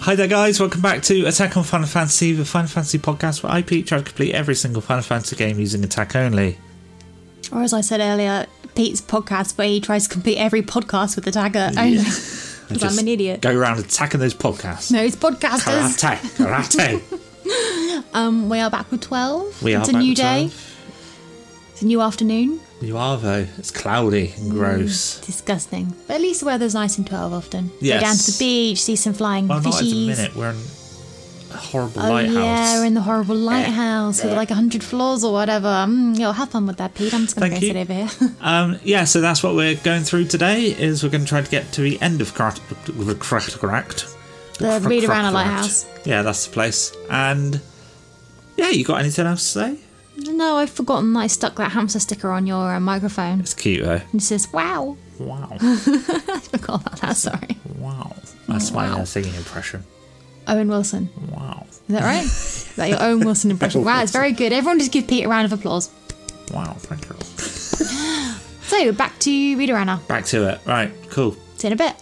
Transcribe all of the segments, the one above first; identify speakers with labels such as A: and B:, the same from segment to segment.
A: Hi there, guys. Welcome back to Attack on Final Fantasy, the Final Fantasy podcast where I, Pete, try to complete every single Final Fantasy game using attack only.
B: Or as I said earlier, Pete's podcast where he tries to complete every podcast with a dagger only. Because I'm
A: Just
B: an idiot.
A: Go around attacking those podcasts.
B: No, it's podcasters.
A: Karate, karate.
B: Um, we are back with 12.
A: we are
B: It's a
A: back
B: new
A: with
B: day.
A: 12.
B: It's a new afternoon.
A: You are though. It's cloudy
B: Mm.
A: and gross.
B: Disgusting. But at least the weather's nice in 12 often.
A: Yes.
B: Go down to the beach, see some flying
A: Well, not at the
B: fishies.
A: minute. We're in a horrible
B: Oh
A: lighthouse.
B: yeah, in the horrible lighthouse with like hundred floors or whatever. Mm, yo, have fun with that, Pete. I'm just gonna
A: Thank
B: go
A: you.
B: sit over here.
A: Um, yeah, so that's what we're going through today. Is we're going to try to get to the end of Crack, crack, cracked.
B: The
A: Crack-
B: read
A: cracked.
B: around a lighthouse.
A: Yeah, that's the place. And yeah, you got anything else to say?
B: no, I've forgotten that I stuck that hamster sticker on your uh, microphone.
A: It's cute eh? though.
B: It says, "Wow."
A: Wow,
B: I forgot about that. Sorry,
A: wow. That's my uh, singing impression.
B: Owen Wilson.
A: Wow,
B: Is that right? Is that your Owen Wilson impression? Wow, it's very good. Everyone, just give Pete a round of applause.
A: wow. Thank you.
B: So back to read around now.
A: Back to it. Right, cool.
B: See you in a bit.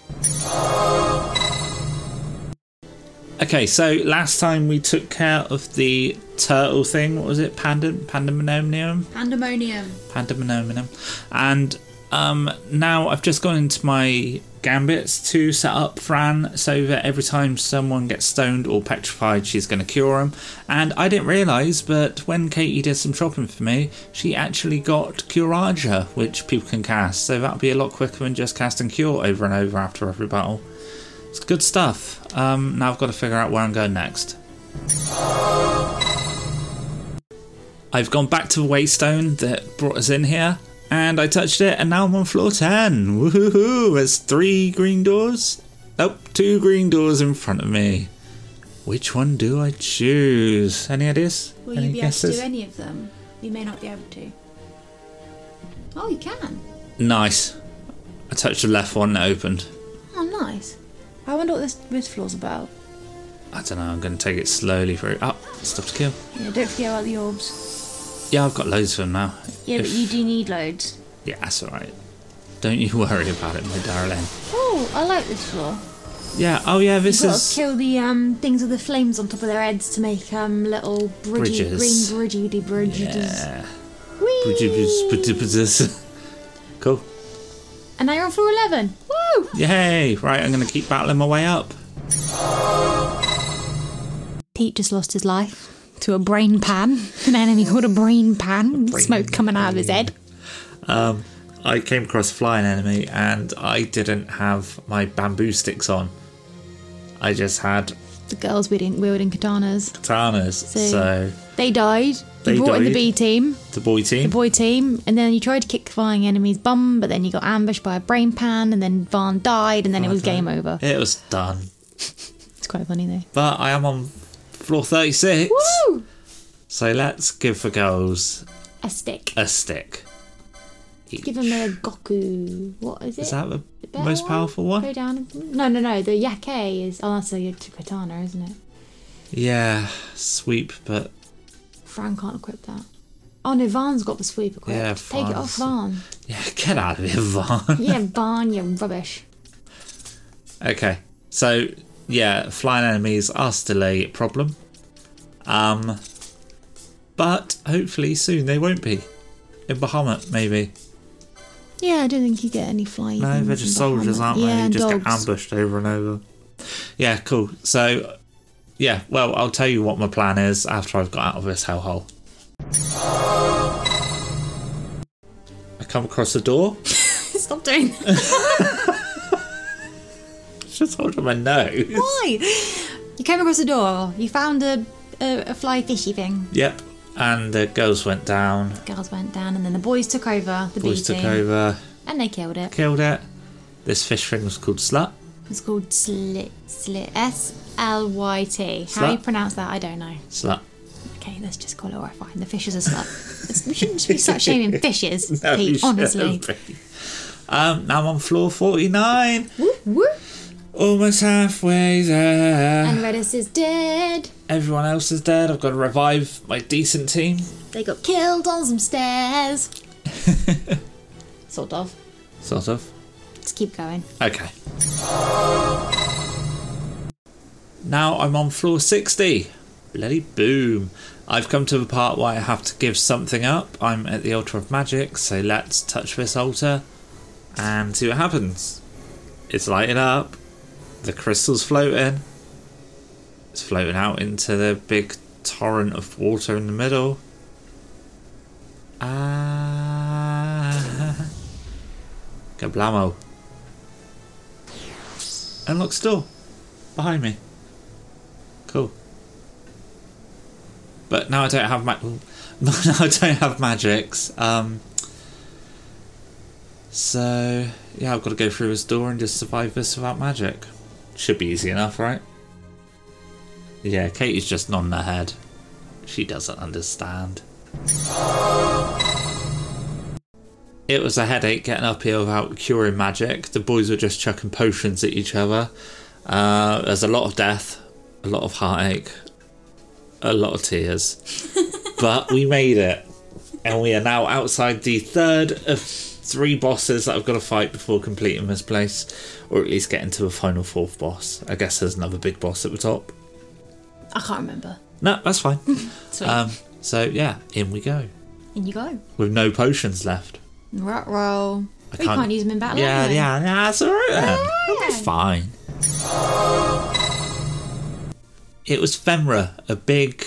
A: Okay, so last time we took care of the turtle thing. What was it? Pandan, pandemonium,
B: Pandemonium.
A: pandemonium, and um, now I've just gone into my gambits to set up Fran so that every time someone gets stoned or petrified, she's going to cure them. And I didn't realise, but when Katie did some shopping for me, she actually got Curaja, which people can cast. So that'll be a lot quicker than just casting Cure over and over after every battle. It's good stuff. Um, now I've got to figure out where I'm going next. I've gone back to the waystone that brought us in here, and I touched it, and now I'm on floor 10. Woohoo! There's three green doors. Nope, two green doors in front of me. Which one do I choose? Any ideas?
C: Will
A: Any
C: you be
A: guesses?
C: able to do any of them? You may not be able to. Oh, you can.
A: nice. I touched the left one that opened.
C: Oh, nice. I wonder what this this floor's about.
A: I don't know, I'm going to take it slowly through. Up, stuff to kill.
C: Yeah, don't forget about the orbs.
A: Yeah, I've got loads of them now.
B: Yeah, but
A: If-
B: you do need loads.
A: Yeah, that's alright. Don't you worry about it, my darling.
C: Oh, I like this floor.
A: Yeah, oh yeah,
C: You've
A: this
C: got
A: is.
C: to kill the um things with the flames on top of their heads to make um little bridgy,
A: Bridges.
C: green bridgy bridges.
A: Yeah.
C: Whee!
A: Cool.
C: And now you're on floor eleven. Woo!
A: Yay! Right, I'm going to keep battling my way up.
B: Pete just lost his life to a brain pan. An enemy called a brain pan. Smoke coming out of his head.
A: I came across a flying enemy and I didn't have my bamboo sticks on. I just had
B: The girls wielding, wielding katanas.
A: katanas.
B: So-
A: So,
B: They died.
A: They
B: you brought in the
A: died.
B: B team,
A: the boy
B: the
A: team.
B: boy team, and then you tried to kick flying enemies' bum, but then you got ambushed by a brain pan, and then Vaughn died, and then it was game over.
A: It was done.
B: It's quite funny though.
A: But I am on floor 36.
B: Woo!
A: So let's give the girls
B: A stick.
A: a stick.
B: Give him a Goku. What is it?
A: Is that the
B: Better
A: most powerful one?
B: Go down. and- No, no, no. The Yake is. Oh, that's a katana, isn't it?
A: Yeah, sweep, but
B: Fran can't equip that. Oh no, Van's got the sweep equipped.
A: Yeah,
B: Take it off, Van.
A: Van's- yeah, get out of here, Vaughn.
B: Yeah, Van, you're rubbish.
A: Okay. So yeah, flying enemies are still a problem. Um but hopefully soon they won't be. In Bahamut, maybe.
B: Yeah, I don't think you get any flying.
A: No, they're
B: things
A: just
B: in
A: soldiers,
B: Bahamut.
A: aren't
B: yeah,
A: they? You
B: and
A: just
B: dogs.
A: get ambushed over and over. Yeah, cool. So yeah, well, I'll tell you what my plan is after I've got out of this hellhole. I come across a door.
B: Stop doing that.
A: Just hold on my nose.
B: Why? You came across a door. You found a, a, a fly fishy thing.
A: Yep. And the girls went down.
B: Girls went down, and then the boys took over the
A: Boys
B: beating,
A: took over.
B: and they killed it.
A: killed it. This fish thing was called Slut.
B: It's called slit, slit, S L Y T. How
A: Slut.
B: you pronounce that? I don't know.
A: Slut.
B: Okay, let's just call it what I find. The fish is a slut. It's- we shouldn't be start shaming fishes, Pete, honestly.
A: Um, now I'm on floor 49.
B: Woo, woo.
A: Almost halfway there.
B: And Redis is dead.
A: Everyone else is dead. I've got to revive my decent team.
B: They got killed on some stairs. sort of.
A: Sort of.
B: Let's keep going.
A: Okay. Now I'm on floor 60. Bloody boom. I've come to the part where I have to give something up. I'm at the altar of magic, so let's touch this altar and see what happens. It's lighting up. The crystal's floating. It's floating out into the big torrent of water in the middle. Ah. Gablamo. And look still. Behind me. Cool. But now I don't have ma- now I don't have magics. Um so yeah, I've got to go through this door and just survive this without magic. Should be easy enough, right? Yeah, Katie's just nodding her head. She doesn't understand. It was a headache getting up here without curing magic. The boys were just chucking potions at each other. Uh, there's a lot of death, a lot of heartache, a lot of tears. but we made it. And we are now outside the third of three bosses that I've got to fight before completing this place, or at least getting to the final fourth boss. I guess there's another big boss at the top.
C: I can't remember.
A: No, that's fine.
C: Sweet.
A: um, so, yeah, in we go.
C: In you go.
A: With no potions left.
C: Rut roll. But you
A: can't-
C: can't use them in battle.
A: Yeah,
C: anyway.
A: yeah, yeah, that's alright then. That'll be
C: yeah.
A: fine. It was Femra, a big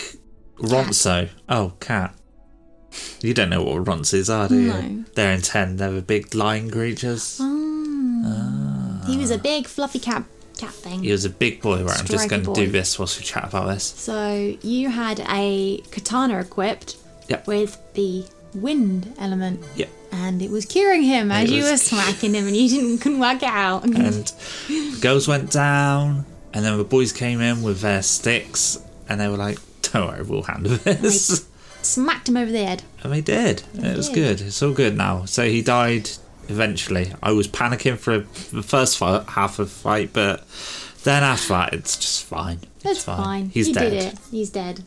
A: Ronso. Oh, cat. You don't know what Rons is, are do you?
C: No.
A: They're in 10, they're the big lion creatures.
B: He
A: Ah.
B: was a big fluffy cat cat thing.
A: He was a big boy, right? I'm just
B: Stripey
A: going to
B: boy.
A: do this whilst we chat about this.
B: So you had a katana equipped
A: Yep.
B: with the wind element.
A: Yep.
B: And it was curing him as
A: It
B: you
A: was-
B: were smacking him and you didn't couldn't work it out.
A: and the girls went down, and then the boys came in with their sticks, and they were like, "Don't worry, we'll handle this."
B: Smacked him over the head.
A: And they did. And it was
B: did.
A: good. It's all good now. So he died eventually. I was panicking for the first fi half of the fight, but then after that, it's just fine. It's
B: That's fine.
A: He's
B: you
A: dead.
B: did it. He's dead.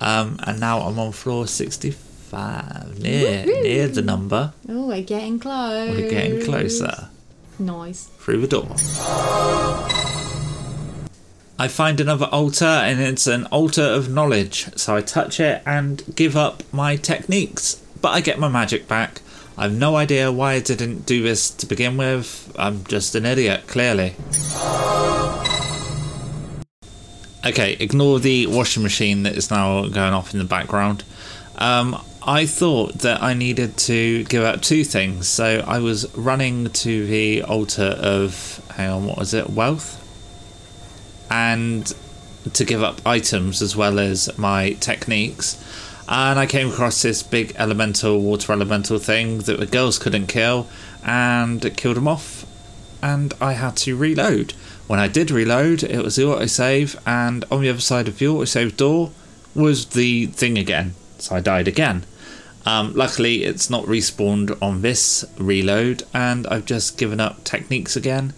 A: Um, and now I'm on floor sixty-five, near near the number.
B: Oh, we're getting close.
A: We're getting closer.
B: Nice.
A: through the door. I find another altar and it's an altar of knowledge. So I touch it and give up my techniques, but I get my magic back. I've no idea why I didn't do this to begin with. I'm just an idiot, clearly. Okay, ignore the washing machine that is now going off in the background. Um, I thought that I needed to give out two things, so I was running to the altar of hang on, what was it, wealth, and to give up items as well as my techniques. And I came across this big elemental, water elemental thing that the girls couldn't kill, and it killed them off. And I had to reload. When I did reload, it was the autosave, and on the other side of the autosave door was the thing again. So I died again. Um, luckily, it's not respawned on this reload, and I've just given up techniques again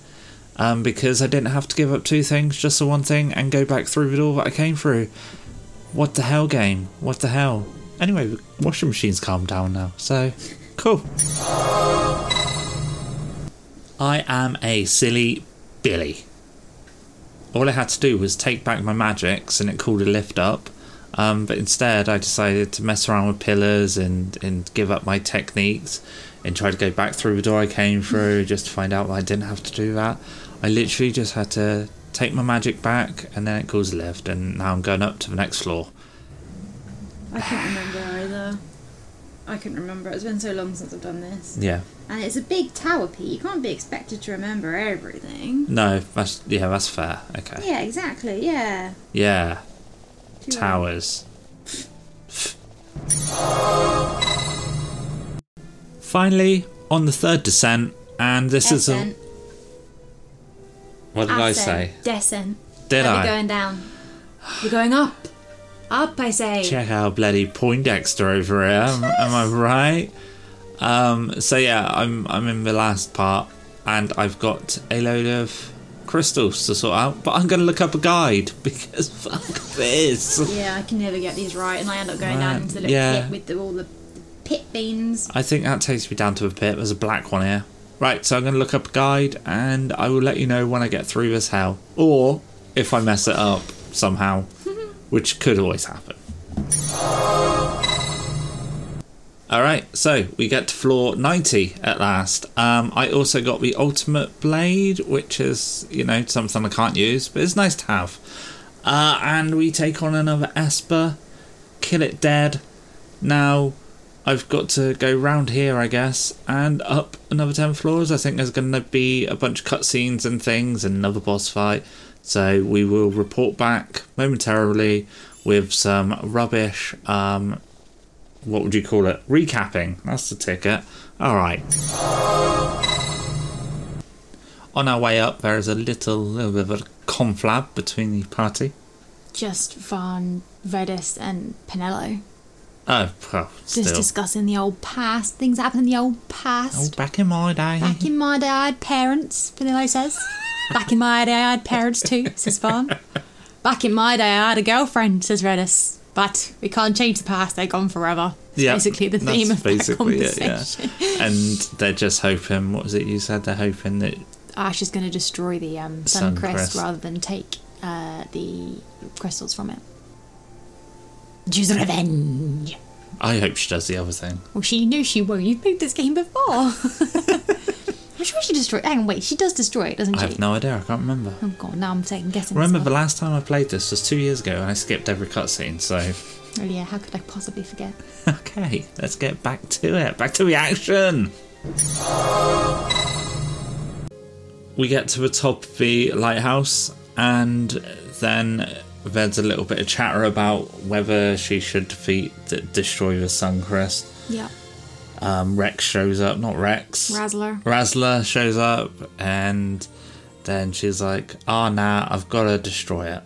A: um, because I didn't have to give up two things, just the one thing, and go back through the door that I came through. What the hell, game? What the hell? Anyway, the washing machine's calmed down now, so cool. I am a silly Billy. All I had to do was take back my magics and it called a lift up. Um, but instead, I decided to mess around with pillars and, and give up my techniques and try to go back through the door I came through just to find out that I didn't have to do that. I literally just had to take my magic back and then it calls a lift, and now I'm going up to the next floor.
C: I can't remember either. I couldn't remember. It's been so long since I've done this.
A: Yeah.
C: And it's a big tower, Pete. You can't be expected to remember everything.
A: No, that's yeah, that's fair. Okay.
C: Yeah, exactly. Yeah.
A: Yeah.
C: Do you want-
A: Towers. Finally, on the third descent, and this is a.
C: Ascent,
A: What did I say?
C: ascent, Descent.
A: Did
C: No, We're
A: I?
C: going down. We're going up. Up, I say.
A: Check out bloody Poindexter over here. Am, am I right? Um, so yeah, I'm I'm in the last part, and I've got a load of crystals to sort out. But I'm going to look up a guide because fuck this.
C: Yeah, I can never get these right, and I end up going
A: Man,
C: down into the little
A: yeah.
C: pit with the, all the pit beans.
A: I think that takes me down to the pit. There's a black one here. Right, so I'm going to look up a guide and I will let you know when I get through this hell. Or if I mess it up somehow, which could always happen. All right, so we get to floor 90 at last. Um, I also got the ultimate blade, which is, you know, something I can't use, but it's nice to have. Uh, and we take on another Esper, kill it dead. Now I've got to go round here, I guess, and up another 10 floors. I think there's going to be a bunch of cutscenes and things and another boss fight. So we will report back momentarily with some rubbish. Um, what would you call it? Recapping. That's the ticket. All right. On our way up, there is a little, little bit of a conflab between the party.
B: Just Van Redis and Pinello.
A: Oh, well, still.
B: Just discussing the old past, things that happened in the old
A: oh,
B: past.
A: back in my day.
B: Back in my day, I had parents, Pinello says. Back in my day, I had parents too, says Van. Back in my day, I had a girlfriend, says Redis. But we can't change the past, they're gone forever. It's
A: Yeah,
B: basically the
A: that's
B: theme of that
A: basically it, yeah.
B: conversation.
A: and they're just hoping. What was it you said? They're hoping that
B: Ash is going to destroy the um, Suncrest
A: Suncrest.
B: rather than take uh, the crystals from it. Choose revenge.
A: I hope she does the other thing.
B: Well, she knew she won't. You've played this game before. I'm sure she destroyed. Hang on, wait. She does destroy it, doesn't
A: I
B: she?
A: have no idea. I can't remember.
B: Oh god, now I'm second guessing.
A: Remember the
B: myself.
A: last time I played this was two years ago, and I skipped every cutscene. So
B: Oh yeah, how could I possibly forget?
A: okay, let's get back to it. Back to the action. We get to the top of the lighthouse, and then there's a little bit of chatter about whether she should defeat, d- destroy the Suncrest.
B: Yeah.
A: um, Rex shows up, not Rex.
B: Razzler.
A: Razzler shows up, and then she's like, "Ah, nah, I've got to destroy it."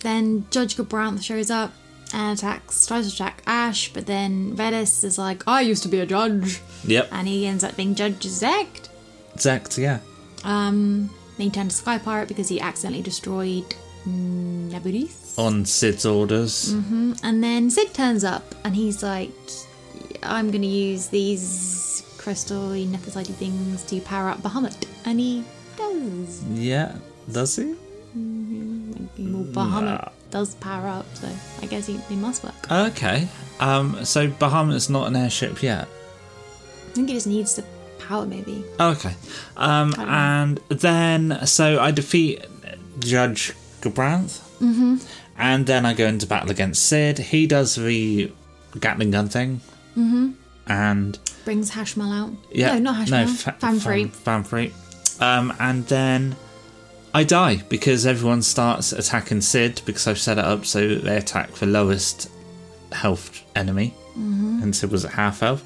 B: Then Judge Gabranth shows up and attacks, tries to attack Ash, but then Redis is like, I used to be a judge.
A: Yep,
B: And he ends up being Judge Zect.
A: exact. Yeah,
B: Um, then he turned to Sky Pirate because he accidentally destroyed mm, Nabudis.
A: on Sid's orders.
B: And then Sid turns up and he's like, I'm going to use these crystal nephesite things to power up Bahamut. And he does.
A: Yeah, does he?
B: Well, Bahamut does power up, so I guess he, he must work.
A: Okay. Um, so Bahamut's not an airship yet.
B: I think he just needs the power, maybe.
A: Okay. Um, and then so I defeat Judge Gabranth, mm-hmm. and then I go into battle against Sid. He does the Gatling gun thing, mm-hmm. and
B: Brings Hashmal out.
A: Yeah.
B: No, not Hashmal.
A: No,
B: No,
A: fa-
B: Fan free.
A: Fan free. Um, and then I die because everyone starts attacking Sid because I've set it up so that they attack the lowest health enemy. Mm-hmm. And Sid was at half health.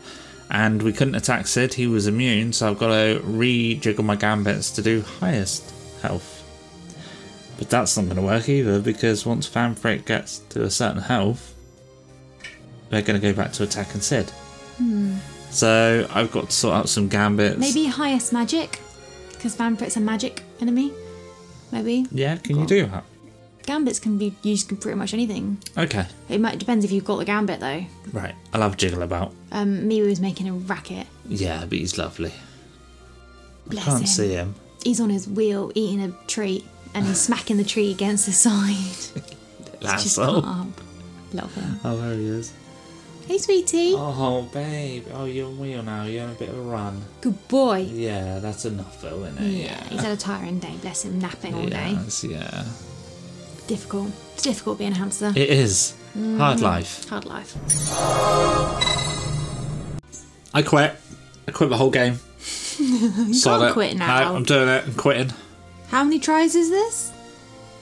A: And we couldn't attack Sid, he was immune, so I've got to rejiggle my gambits to do highest health. But that's not going to work either because once Fanfrick gets to a certain health, they're going to go back to attacking Sid. So I've got to sort out some gambits.
B: Hmm. Maybe highest magic, because Fanfrit's a magic enemy. Maybe.
A: Yeah, can you
B: Cool.
A: do that?
B: Gambits can be used for pretty much anything.
A: Okay.
B: It might depends if you've got the gambit though.
A: Right. I'll have Jiggle about.
B: Um, Miu is making a racket.
A: Yeah, but he's lovely.
B: Bless
A: Can't
B: him.
A: see him.
B: He's on his wheel eating a treat and he's smacking the tree against the side. It's just
A: Asshole.
B: calm. Love him.
A: Oh, there he is.
B: Hey, sweetie.
A: Oh, babe. Oh, you're on wheel now. You're on a bit of a run.
B: Good boy.
A: Yeah, that's enough, though, isn't it?
B: Yeah, he's had a tiring day. Bless him, napping all day.
A: Yes, yeah.
B: Difficult. It's difficult being a hamster.
A: It is. Hard life.
B: Mm-hmm. Hard life.
A: I quit. I quit the whole game. you
B: can't quit now.
A: No, I'm doing it. I'm quitting.
B: How many tries is this?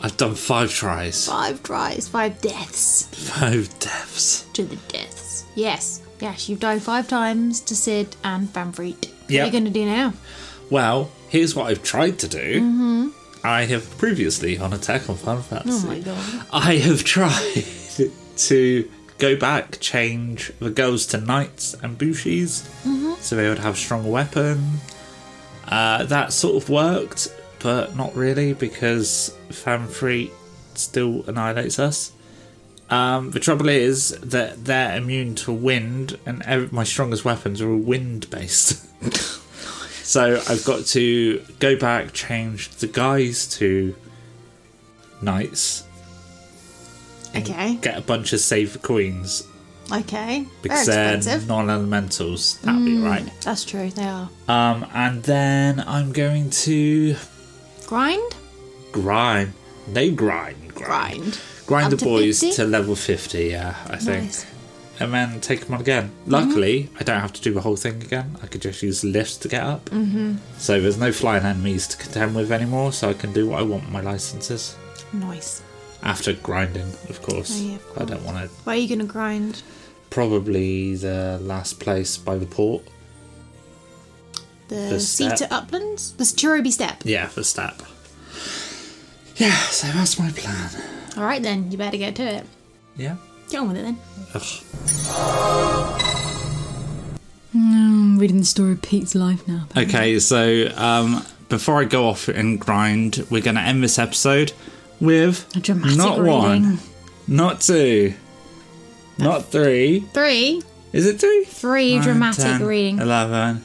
A: I've done five tries.
B: Five tries. Five deaths.
A: Five deaths.
B: to the deaths. Yes, yes, you've died five times to Sid and Fanfreet.
A: Yep.
B: What are you going to do now?
A: Well, here's what I've tried to do. I have previously on Attack on Final Fantasy.
B: Mm-hmm. Oh my god.
A: I have tried to go back, change the girls to knights and bushis, so they would have stronger weapon. Uh, that sort of worked, but not really because Fanfree still annihilates us. Um, the trouble is that they're immune to wind, and ev- my strongest weapons are all wind based. so I've got to go back, change the guys to knights,
B: Okay.
A: get a bunch of save queens
B: Okay.
A: because
B: They're
A: they're,
B: expensive. Mm.
A: non-elementals. That'd be right.
B: That's true. They are.
A: Um, and then I'm going to
B: Grind.
A: grind. No grind. Grind.
B: Grind.
A: Grind
B: Up
A: the
B: to
A: boys
B: 50?
A: to level 50, yeah, I think.
B: Nice.
A: And then take them on again. Luckily, I don't have to do the whole thing again. I could just use lifts to get up. Mm-hmm. So there's no flying enemies to contend with anymore, so I can do what I want with my licenses.
B: Nice.
A: After grinding, of course.
B: Oh, yeah, of
A: I don't want to.
B: Where are you gonna grind?
A: Probably the last place by the port.
B: The,
A: The
B: Sea
A: step.
B: to Uplands. The Cherubi Step.
A: Yeah, for step. Yeah, so that's my plan.
B: All right then. You better get to it.
A: Yeah.
B: Get on with it then.
A: Ugh.
B: No, reading the story of Pete's life now.
A: Okay, so um, before I go off and grind, we're going to end this episode with
B: A dramatic
A: not
B: reading.
A: one, not two, not three.
B: Three.
A: Is it three?
B: Three
A: Nine,
B: dramatic
A: 10,
B: reading.
A: Eleven.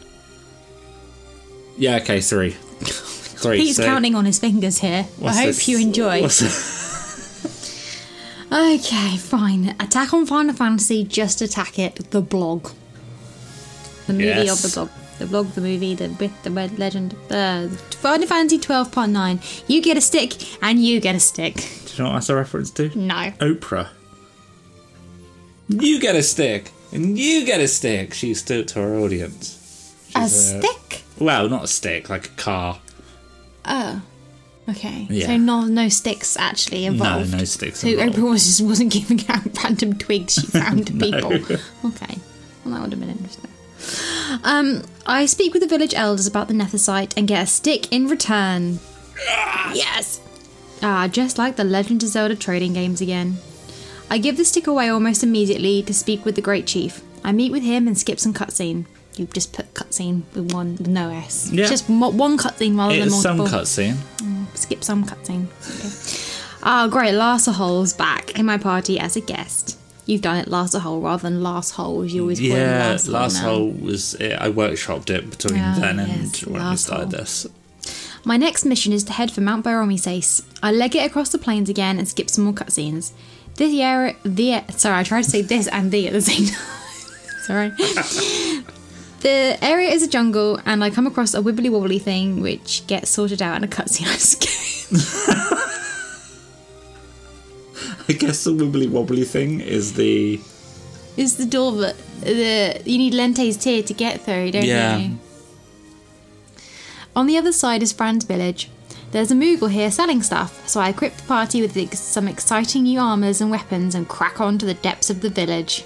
A: Yeah. Okay. Three. Three.
B: Pete's
A: so
B: counting on his fingers here. I
A: what's
B: hope
A: this-
B: you enjoy.
A: what's-
B: Okay, fine. Attack on Final Fantasy, just attack it. The blog. The movie
A: Yes.
B: of the blog. The blog, the movie, the with the red legend. Uh, Final Fantasy 12 part 9. You get a stick, and you get a stick.
A: Do you know what that's a reference to?
B: No.
A: Oprah. You get a stick, and you get a stick. She stood to her audience. She's
B: A stick?
A: Well, not a stick, like a car.
B: Okay. So
A: Yeah.
B: no no sticks actually involved.
A: no sticks
B: So
A: involved.
B: everyone just wasn't giving out random twigs she found to people. Okay. Well that would have been interesting. Um, I speak with the village elders about the Nethersite and get a stick in return. Yes! Ah, just like the Legend of Zelda trading games again. I give the stick away almost immediately to speak with the Great Chief. I meet with him and skip some cutscene. You just put cutscene with one with no S.
A: Yeah.
B: Just mo- one cutscene rather than
A: It's some
B: multiple.
A: cutscene.
B: Skip some cutscene. Okay. Ah, great. Larsahole's back in my party as a guest. You've done it, Larsahole, rather than Last Hole, as you always call him.
A: Yeah,
B: Larsahole
A: last
B: now.
A: hole was it, I workshopped it between
B: Ah,
A: then and
B: yes,
A: when we
B: last
A: started
B: hole.
A: this.
B: My next mission is to head for Mount Boromisace. I leg it across the plains again and skip some more cutscenes. This area, the sorry, I tried to say this and the at the same time. sorry. the area is a jungle, and I come across a wibbly wobbly thing which gets sorted out in a cutscene. I skip.
A: I guess the wibbly wobbly thing is the
B: It's the door that the you need Lente's tear to get through, don't
A: Yeah.
B: you? On the other side is Fran's village. There's a Moogle here selling stuff, so I equip the party with ex- some exciting new armors and weapons and crack on to the depths of the village.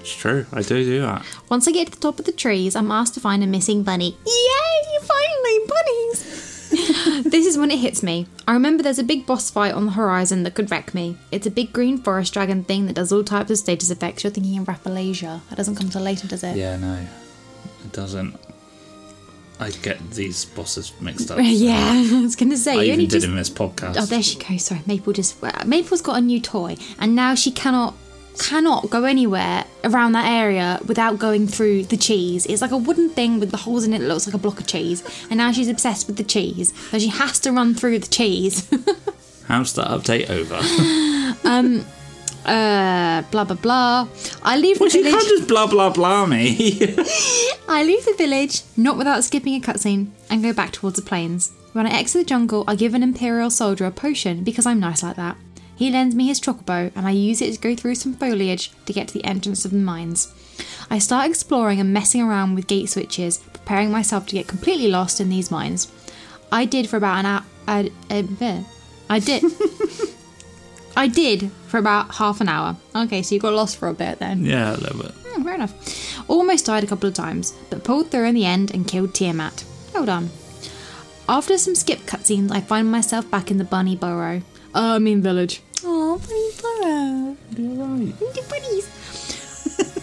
A: It's true, I do do that.
B: Once I get to the top of the trees, I'm asked to find a missing bunny. Yay, finally, bunnies! this is when it hits me. I remember there's a big boss fight on the horizon that could wreck me. It's a big green forest dragon thing that does all types of status effects. You're thinking of Rapalasia. That doesn't come till later, does it?
A: Yeah, no. It doesn't. I get these bosses mixed up.
B: Yeah, I was going to say.
A: I
B: you
A: even
B: only
A: did
B: just...
A: in this podcast.
B: Oh, there she goes. Sorry, Maple just. well, Maple's got a new toy, and now she cannot cannot go anywhere around that area without going through the cheese. It's like a wooden thing with the holes in it that looks like a block of cheese, and now she's obsessed with the cheese, so she has to run through the cheese.
A: Hamster update over.
B: uh, blah blah blah. I leave
A: well,
B: the
A: she can't
B: village.
A: just blah blah blah me.
B: I leave the village, not without skipping a cutscene, and go back towards the plains. When I exit the jungle, I give an Imperial soldier a potion because I'm nice like that. He lends me his chocobo, and I use it to go through some foliage to get to the entrance of the mines. I start exploring and messing around with gate switches, preparing myself to get completely lost in these mines. I did for about an hour. I, uh, bleh. I did. I did for about half an hour. Okay, so you got lost for a bit then.
A: yeah, a little bit.
B: Hmm, fair enough. Almost died a couple of times, but pulled through in the end and killed Tiamat. Hold on. After some skip cutscenes, I find myself back in the bunny burrow. Oh, I mean village. Oh, bunny burrow. The bunnies.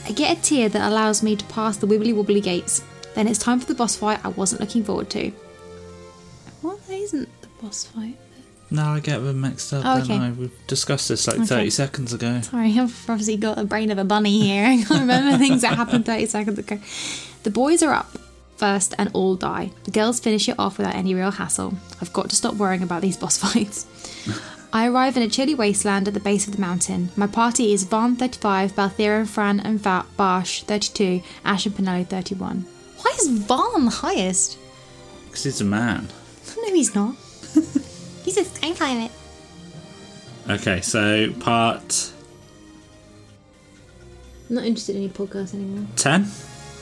B: I get a tear that allows me to pass the wibbly wobbly gates. Then it's time for the boss fight I wasn't looking forward to. What? That isn't the boss fight.
A: No, I get them mixed up,
B: Oh,
A: don't
B: okay.
A: I? We discussed this like 30 seconds ago.
B: Sorry, I've obviously got the brain of a bunny here. I can't remember things that happened 30 seconds ago. The boys are up first and all die. The girls finish it off without any real hassle. I've got to stop worrying about these boss fights. I arrive in a chilly wasteland at the base of the mountain. My party is Varn 35, Balthera Fran and Va- Barsh 32, Ash and Pinelli 31. Why is Varn the highest?
A: Because he's a man.
B: No, he's not. he's a sky pilot.
A: Okay, so part
B: not interested in your podcast anymore.
A: 10?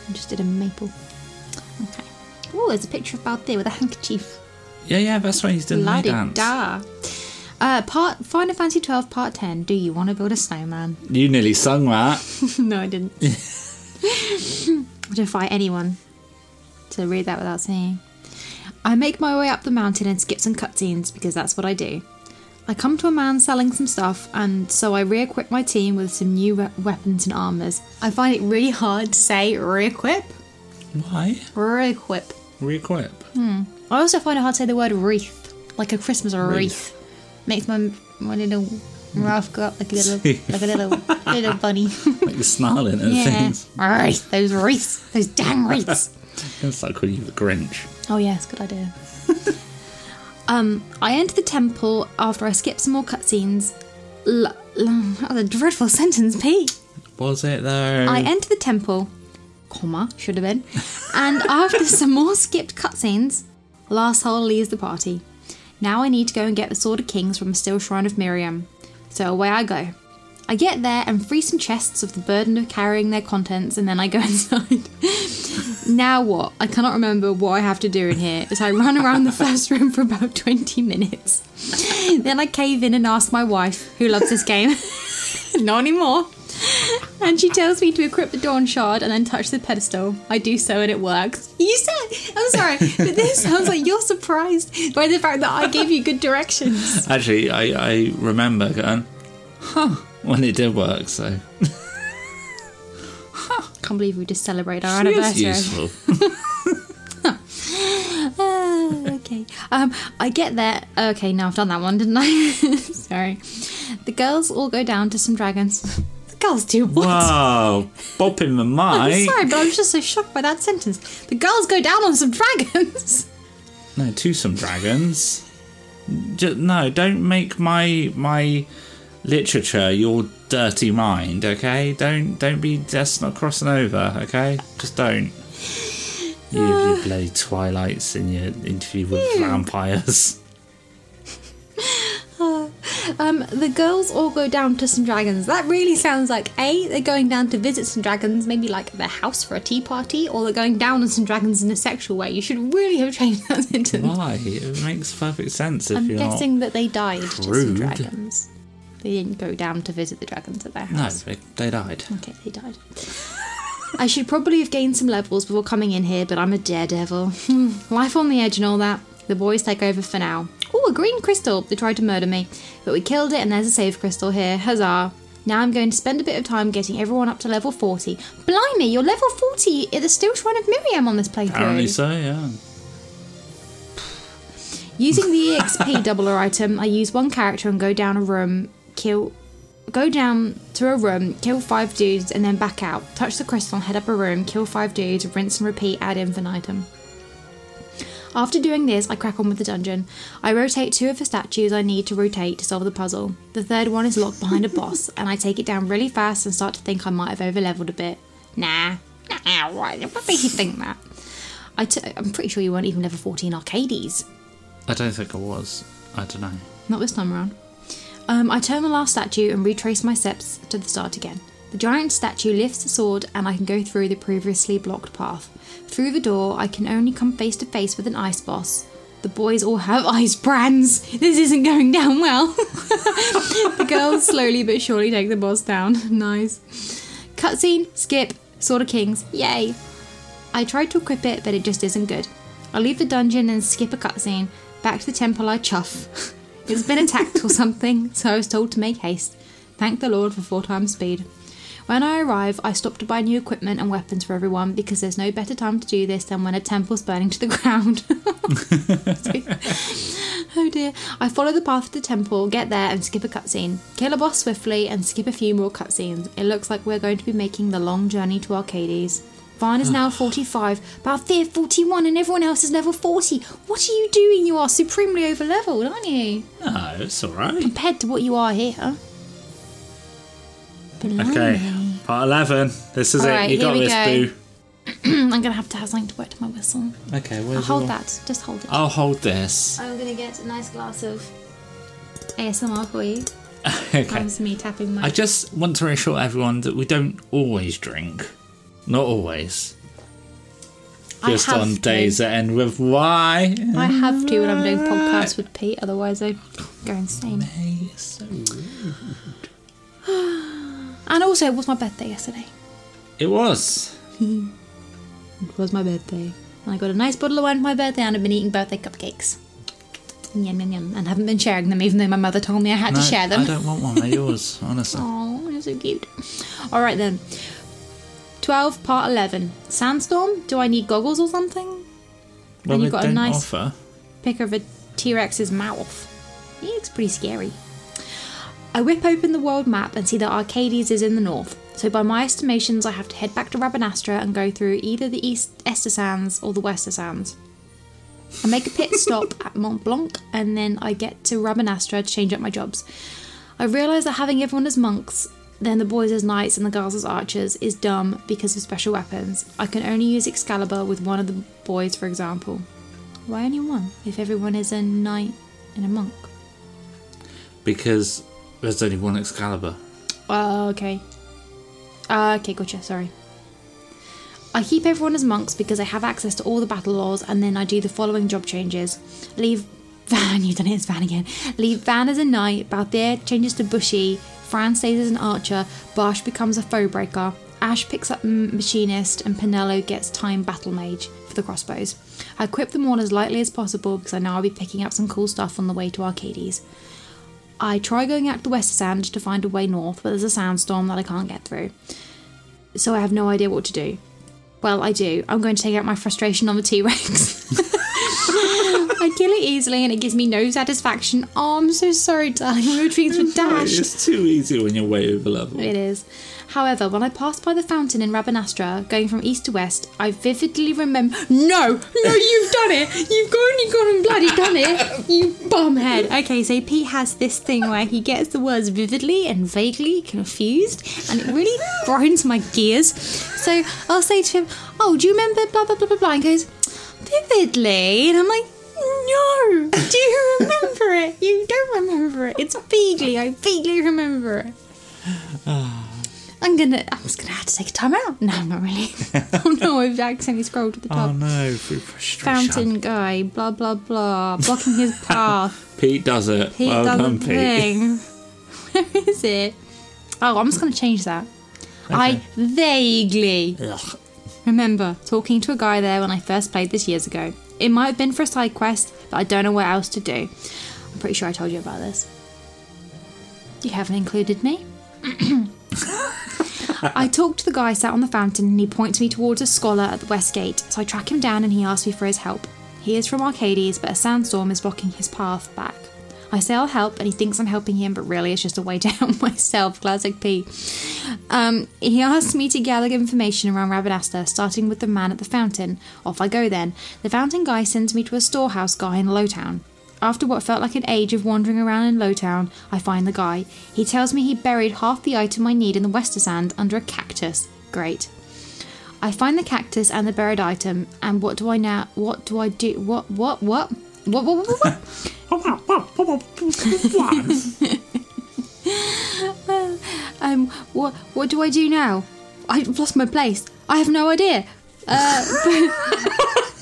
B: Interested in maple. Okay. Oh, there's a picture of Balthier with a handkerchief.
A: Yeah, yeah, that's why he's doing the
B: Bloody
A: dance.
B: da. Uh, part Final Fantasy twelve, part ten. Do you want to build a snowman?
A: You nearly sung that.
B: no, I didn't. Defy anyone to read that without seeing. I make my way up the mountain and skip some cutscenes because that's what I do. I come to a man selling some stuff, and so I re equip my team with some new we- weapons and armors. I find it really hard to say re equip.
A: Why?
B: Re equip.
A: Re-equip.
B: I also find it hard to say the word wreath, like a Christmas wreath. Makes my my little mouth go up like a little like a little little bunny.
A: Like you're snarling at
B: yeah,
A: things.
B: wreath. Those wreaths. Those dang wreaths.
A: It's like calling you the Grinch.
B: Oh yes, good idea. um, I enter the temple after I skip some more cutscenes. L- l- that was a dreadful sentence, Pete.
A: Was it though?
B: I enter the temple, comma, should have been, and after some more skipped cutscenes, Larshol leaves the party. Now I need to go and get the Sword of Kings from the Steel Shrine of Miriam. So away I go. I get there and free some chests of the burden of carrying their contents, and then I go inside. now what? I cannot remember what I have to do in here, as I run around the first room for about 20 minutes. then I cave in and ask my wife, who loves this game. Not anymore. And she tells me to equip the Dawn Shard and then touch the pedestal. I do so and it works. You said, I'm sorry, but this sounds like you're surprised by the fact that I gave you good directions.
A: Actually, I, I remember going, huh, when it did work, so
B: Can't believe we just celebrate our
A: she is
B: anniversary.
A: useful.
B: Ah, okay. Um, I get there. Okay, now I've done that one, didn't I? sorry. The girls all go down to some dragons. The girls do what?
A: Wow, bopping the
B: I'm
A: mic.
B: sorry, but I was just so shocked by that sentence. The girls go down on some dragons.
A: No, to some dragons. Just, no, don't make my my literature your dirty mind. Okay, don't don't be that's not crossing over. Okay, just don't. You,
B: Ah.
A: you bloody twilights in your interview with
B: Hmm.
A: vampires.
B: Um, the girls all go down to some dragons. That really sounds like A, they're going down to visit some dragons, maybe like their house for a tea party, or they're going down on some dragons in a sexual way. You should really have changed that sentence.
A: Why? It makes perfect sense if
B: I'm
A: you're
B: guessing that they died to some
A: rude.
B: dragons. They didn't go down to visit the dragons at their
A: not. No,
B: house.
A: they, they died.
B: Okay, they died. I should probably have gained some levels before coming in here, but I'm a daredevil. Hmm, Life on the edge and all that. The boys take over for now. Oh, a green crystal! They tried to murder me, but we killed it, and there's a save crystal here. Huzzah! Now I'm going to spend a bit of time getting everyone up to level 40. Blimey, you're level 40 at the Steel Shrine of Miriam on this playthrough.
A: Apparently so. Yeah.
B: Using the E EXP doubler item, I use one character and go down a room, kill, go down to a room, kill five dudes, and then back out. Touch the crystal, head up a room, kill five dudes, rinse and repeat ad infinitum. After doing this, I crack on with the dungeon. I rotate two of the statues I need to rotate to solve the puzzle. The third one is locked behind a boss, and I take it down really fast and start to think I might have overleveled a bit. Nah, nah, why, what made you think that? I t- I'm pretty sure you weren't even level 14 Arcades.
A: I don't think I was. I don't know.
B: Not this time around. Um, I turn the last statue and retrace my steps to the start again. The giant statue lifts the sword, and I can go through the previously blocked path. Through the door, I can only come face to face with an ice boss. The boys all have ice brands. This isn't going down well. the girls slowly but surely take the boss down. nice. Cutscene, skip, Sword of Kings, yay. I tried to equip it, but it just isn't good. I leave the dungeon and skip a cutscene. Back to the temple, I chuff. it's been attacked or something, so I was told to make haste. Thank the Lord for four times speed. When I arrive, I stop to buy new equipment and weapons for everyone because there's no better time to do this than when a temple's burning to the ground. oh dear. I follow the path to the temple, get there, and skip a cutscene. Kill a boss swiftly and skip a few more cutscenes. It looks like we're going to be making the long journey to Arcades. Varna's now 45, Balthier 41, and everyone else is level 40. What are you doing? You are supremely over leveled, aren't you?
A: No, it's all right.
B: Compared to what you are here. Blimey.
A: Okay, part eleven. This is it.
B: Alright,
A: you
B: here
A: got
B: we
A: this,
B: go.
A: boo.
B: Mm, I'm going to have to have something to work to my whistle.
A: Okay, where's
B: I'll
A: your-
B: hold that. Just hold it.
A: I'll hold this.
B: I'm going to get a nice glass of ASMR for you. That
A: okay.
B: was me tapping my.
A: I just want to reassure everyone that we don't always drink. Not always.
B: I
A: Just
B: have
A: on
B: to.
A: days that end with why.
B: I have to when I'm doing podcasts with Pete, otherwise I go insane.
A: Hey, so
B: And also, it was my birthday yesterday.
A: it was.
B: It was my birthday. And I got a nice bottle of wine for my birthday and I've been eating birthday cupcakes. Yum, yum, yum. And haven't been sharing them, even though my mother told me I had
A: No,
B: to share
A: I
B: them.
A: don't want one. They're yours, honestly.
B: Oh, you're so cute. All right then. 12, part 11. Sandstorm? Do I need goggles or something?
A: well,
B: and
A: they
B: you've got a
A: don't
B: nice-
A: offer.
B: picture of a T Rex's mouth. He looks pretty scary. I whip open the world map and see that Arcades is in the north, so by my estimations, I have to head back to Rabanastra and go through either the East Ester Sands or the Wester Sands. I make a pit stop at Mont Blanc and then I get to Rabanastra to change up my jobs. I realise that having everyone as monks, then the boys as knights and the girls as archers, is dumb because of special weapons. I can only use Excalibur with one of the boys, for example. Why only one if everyone is a knight and a monk?
A: Because there's only one Excalibur.
B: Oh, okay. Uh, okay, gotcha, sorry. I keep everyone as monks because I have access to all the battle laws, and then I do the following job changes. Leave Van, you've done it, it's Van again. Leave Van as a knight, Balthier changes to Bushy, Fran stays as an archer, Barsh becomes a foe breaker, Ash picks up M- Machinist, and Pinello gets Time Battle Mage for the crossbows. I equip them all as lightly as possible because I know I'll be picking up some cool stuff on the way to Arcades. I try going out to the West Sand to find a way north, but there's a sandstorm that I can't get through. So I have no idea what to do. Well, I do. I'm going to take out my frustration on the T Rex. I kill it easily and it gives me no satisfaction. Oh, I'm so sorry, darling. We were dreams with Dash.
A: It's too easy when you're way over level.
B: It is. However, when I passed by the fountain in Rabanastra, going from east to west, I vividly remember. No! No, you've done it! You've only gone and bloody done it! You bumhead! Okay, so Pete has this thing where he gets the words vividly and vaguely confused, and it really grinds my gears. So I'll say to him, Oh, do you remember blah blah blah blah blah? And he goes, Vividly? And I'm like, No! Do you remember it? You don't remember it. It's vaguely, I vaguely remember it. I'm gonna. I was gonna have to take a time out. No, I'm not really. oh no, I've accidentally scrolled to the top.
A: Oh no, through frustration.
B: Fountain guy, blah blah blah, blocking his path.
A: Pete does it.
B: Pete
A: well
B: does
A: done,
B: a
A: Pete.
B: thing. Where is it? Oh, I'm just gonna change that. I vaguely
A: Ugh.
B: remember talking to a guy there when I first played this years ago. It might have been for a side quest, but I don't know what else to do. I'm pretty sure I told you about this. You haven't included me? I talked to the guy sat on the fountain and he points me towards a scholar at the west gate, so I track him down and he asks me for his help. He is from Arcades, but a sandstorm is blocking his path back. I say I'll help and he thinks I'm helping him, but really it's just a way down myself, classic P. Um, he asks me to gather information around Rabanasta, starting with the man at the fountain. Off I go then. The fountain guy sends me to a storehouse guy in Lowtown. After what felt like an age of wandering around in Lowtown, I find the guy. He tells me he buried half the item I need in the Wester Sand under a cactus. Great. I find the cactus and the buried item, and what do I now? What do I do? What? What? What? What? What? What? what, what? um, what? What do I do now? I've lost my place. I have no idea. Uh,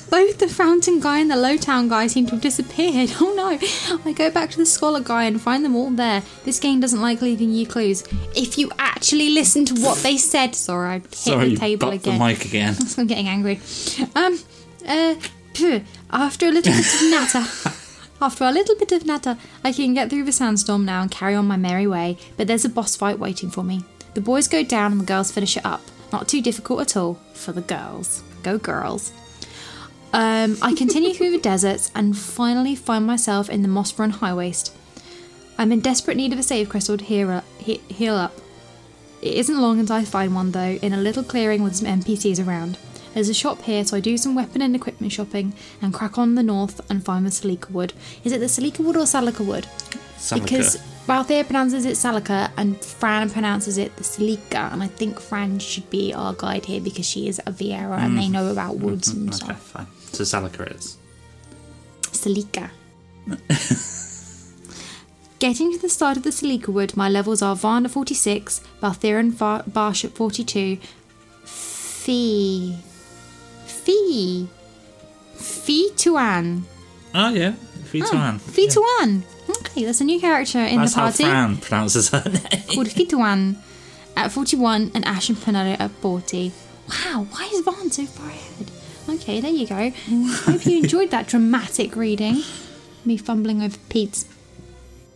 B: Both the fountain guy and the Lowtown guy seem to have disappeared. Oh no! I go back to the scholar guy and find them all there. This game doesn't like leaving you clues. If you actually listen to what they said, sorry, I hit
A: Sorry,
B: the
A: you
B: table
A: bumped
B: again.
A: the mic again.
B: I'm getting angry. Um, uh, phew. after a little bit of natter, after a little bit of natter, I can get through the sandstorm now and carry on my merry way. But there's a boss fight waiting for me. The boys go down and the girls finish it up. Not too difficult at all for the girls. Go girls. Um, I continue through the deserts and finally find myself in the Mossburn High Waste. I'm in desperate need of a save crystal to heal up. Heal up. It isn't long until I find one, though, in a little clearing with some NPCs around. There's a shop here, so I do some weapon and equipment shopping and crack on the north and find the Salika Wood. Is it the Salika Wood or Salika Wood?
A: Salika.
B: Because Balthier pronounces it Salika and Fran pronounces it the Salika, and I think Fran should be our guide here because she is a Vieira and they know about woods and
A: Okay,
B: stuff.
A: fine. So Salika it is.
B: Salika. Getting to the start of the Salika Wood, my levels are Varna 46, Baltheran Far- Barsh at 42, Fee. Fee. Fee Tuan.
A: Oh yeah, Fituan.
B: Hmm, Fee Tuan. Okay, that's a new character in
A: That's
B: the
A: how
B: party
A: Fran pronounces her name.
B: called Fituan at 41 and Ash and Panetta at 40. Wow, why is Vaughn so far ahead? Okay, there you go. Hope you enjoyed that dramatic reading. Me fumbling over Pete's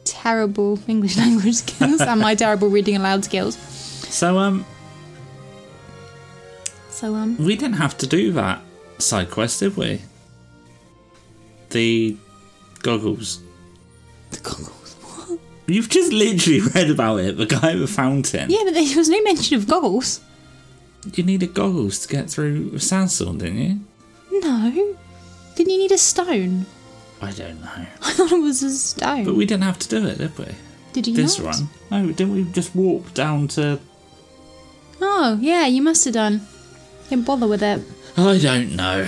B: terrible English language skills and my terrible reading aloud skills.
A: So um,
B: So, um,
A: we didn't have to do that side quest, did we? The goggles.
B: the goggles.
A: You've just literally read about it. The guy with the fountain.
B: Yeah, but there was no mention of goggles.
A: You needed goggles to get through sandstorm, didn't you?
B: No. Didn't you need a stone?
A: I don't know.
B: I thought it was a
A: But
B: stone.
A: we didn't have to do it, did we?
B: Did you
A: Oh, this
B: not?
A: one? No, didn't we just walk down to?
B: Oh, yeah, you must have done. Didn't bother with it.
A: I don't know.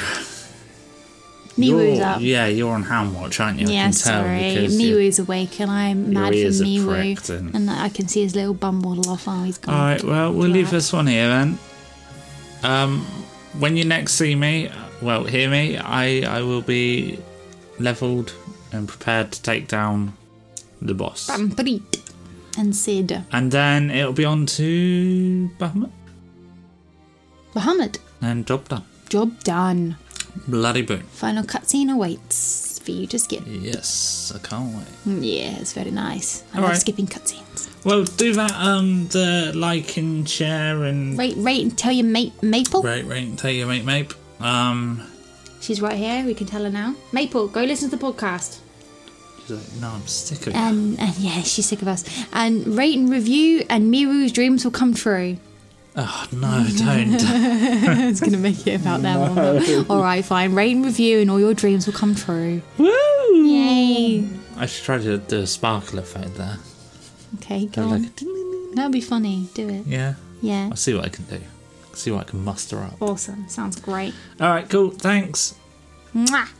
B: Miwoo's
A: You're-
B: up.
A: Yeah, you're on hand watch, aren't you? I
B: Yeah,
A: can tell
B: sorry.
A: because you-
B: Miwoo's awake and I'm mad for
A: ears are
B: Miwoo.
A: pricked and-
B: And... I can see his little bum waddle off while he's gone.
A: All right. Well, we'll leave
B: Clap.
A: this one here then. Um, when you next see me, well, hear me, I I will be leveled and prepared to take down the boss,
B: Bamperit and Sid.
A: and then it'll be on to Bahamut
B: Bahamut.
A: and job done.
B: Job done.
A: Bloody boon.
B: Final cutscene awaits for you to skip.
A: Yes, I can't wait.
B: Yeah, it's very nice. I
A: All
B: love
A: right.
B: skipping cutscenes.
A: Well, do that. Um, the like and share and
B: Rate, rate, and tell your mate, Maple.
A: rate, rate, and tell your mate, Mape. Um,
B: She's right here. We can tell her now. Maple, go listen to the podcast. Um,
A: she's like, no, I'm sick of it.
B: And, and yeah, she's sick of us. And rate and review, and Miwoo's dreams will come true.
A: Oh no, don't.
B: It's gonna make it about them. or not. All right, fine. Rate and review, and all your dreams will come true.
A: Woo!
B: Yay!
A: I should try to do a sparkle effect there.
B: Okay,
A: Go
B: go on.
A: like a ding, ding, ding.
B: That'll be funny. Do it.
A: yeah.
B: Yeah.
A: I'll see what I can do. See what I can muster up.
B: Awesome. Sounds great.
A: All right, cool. Thanks.
B: Mwah.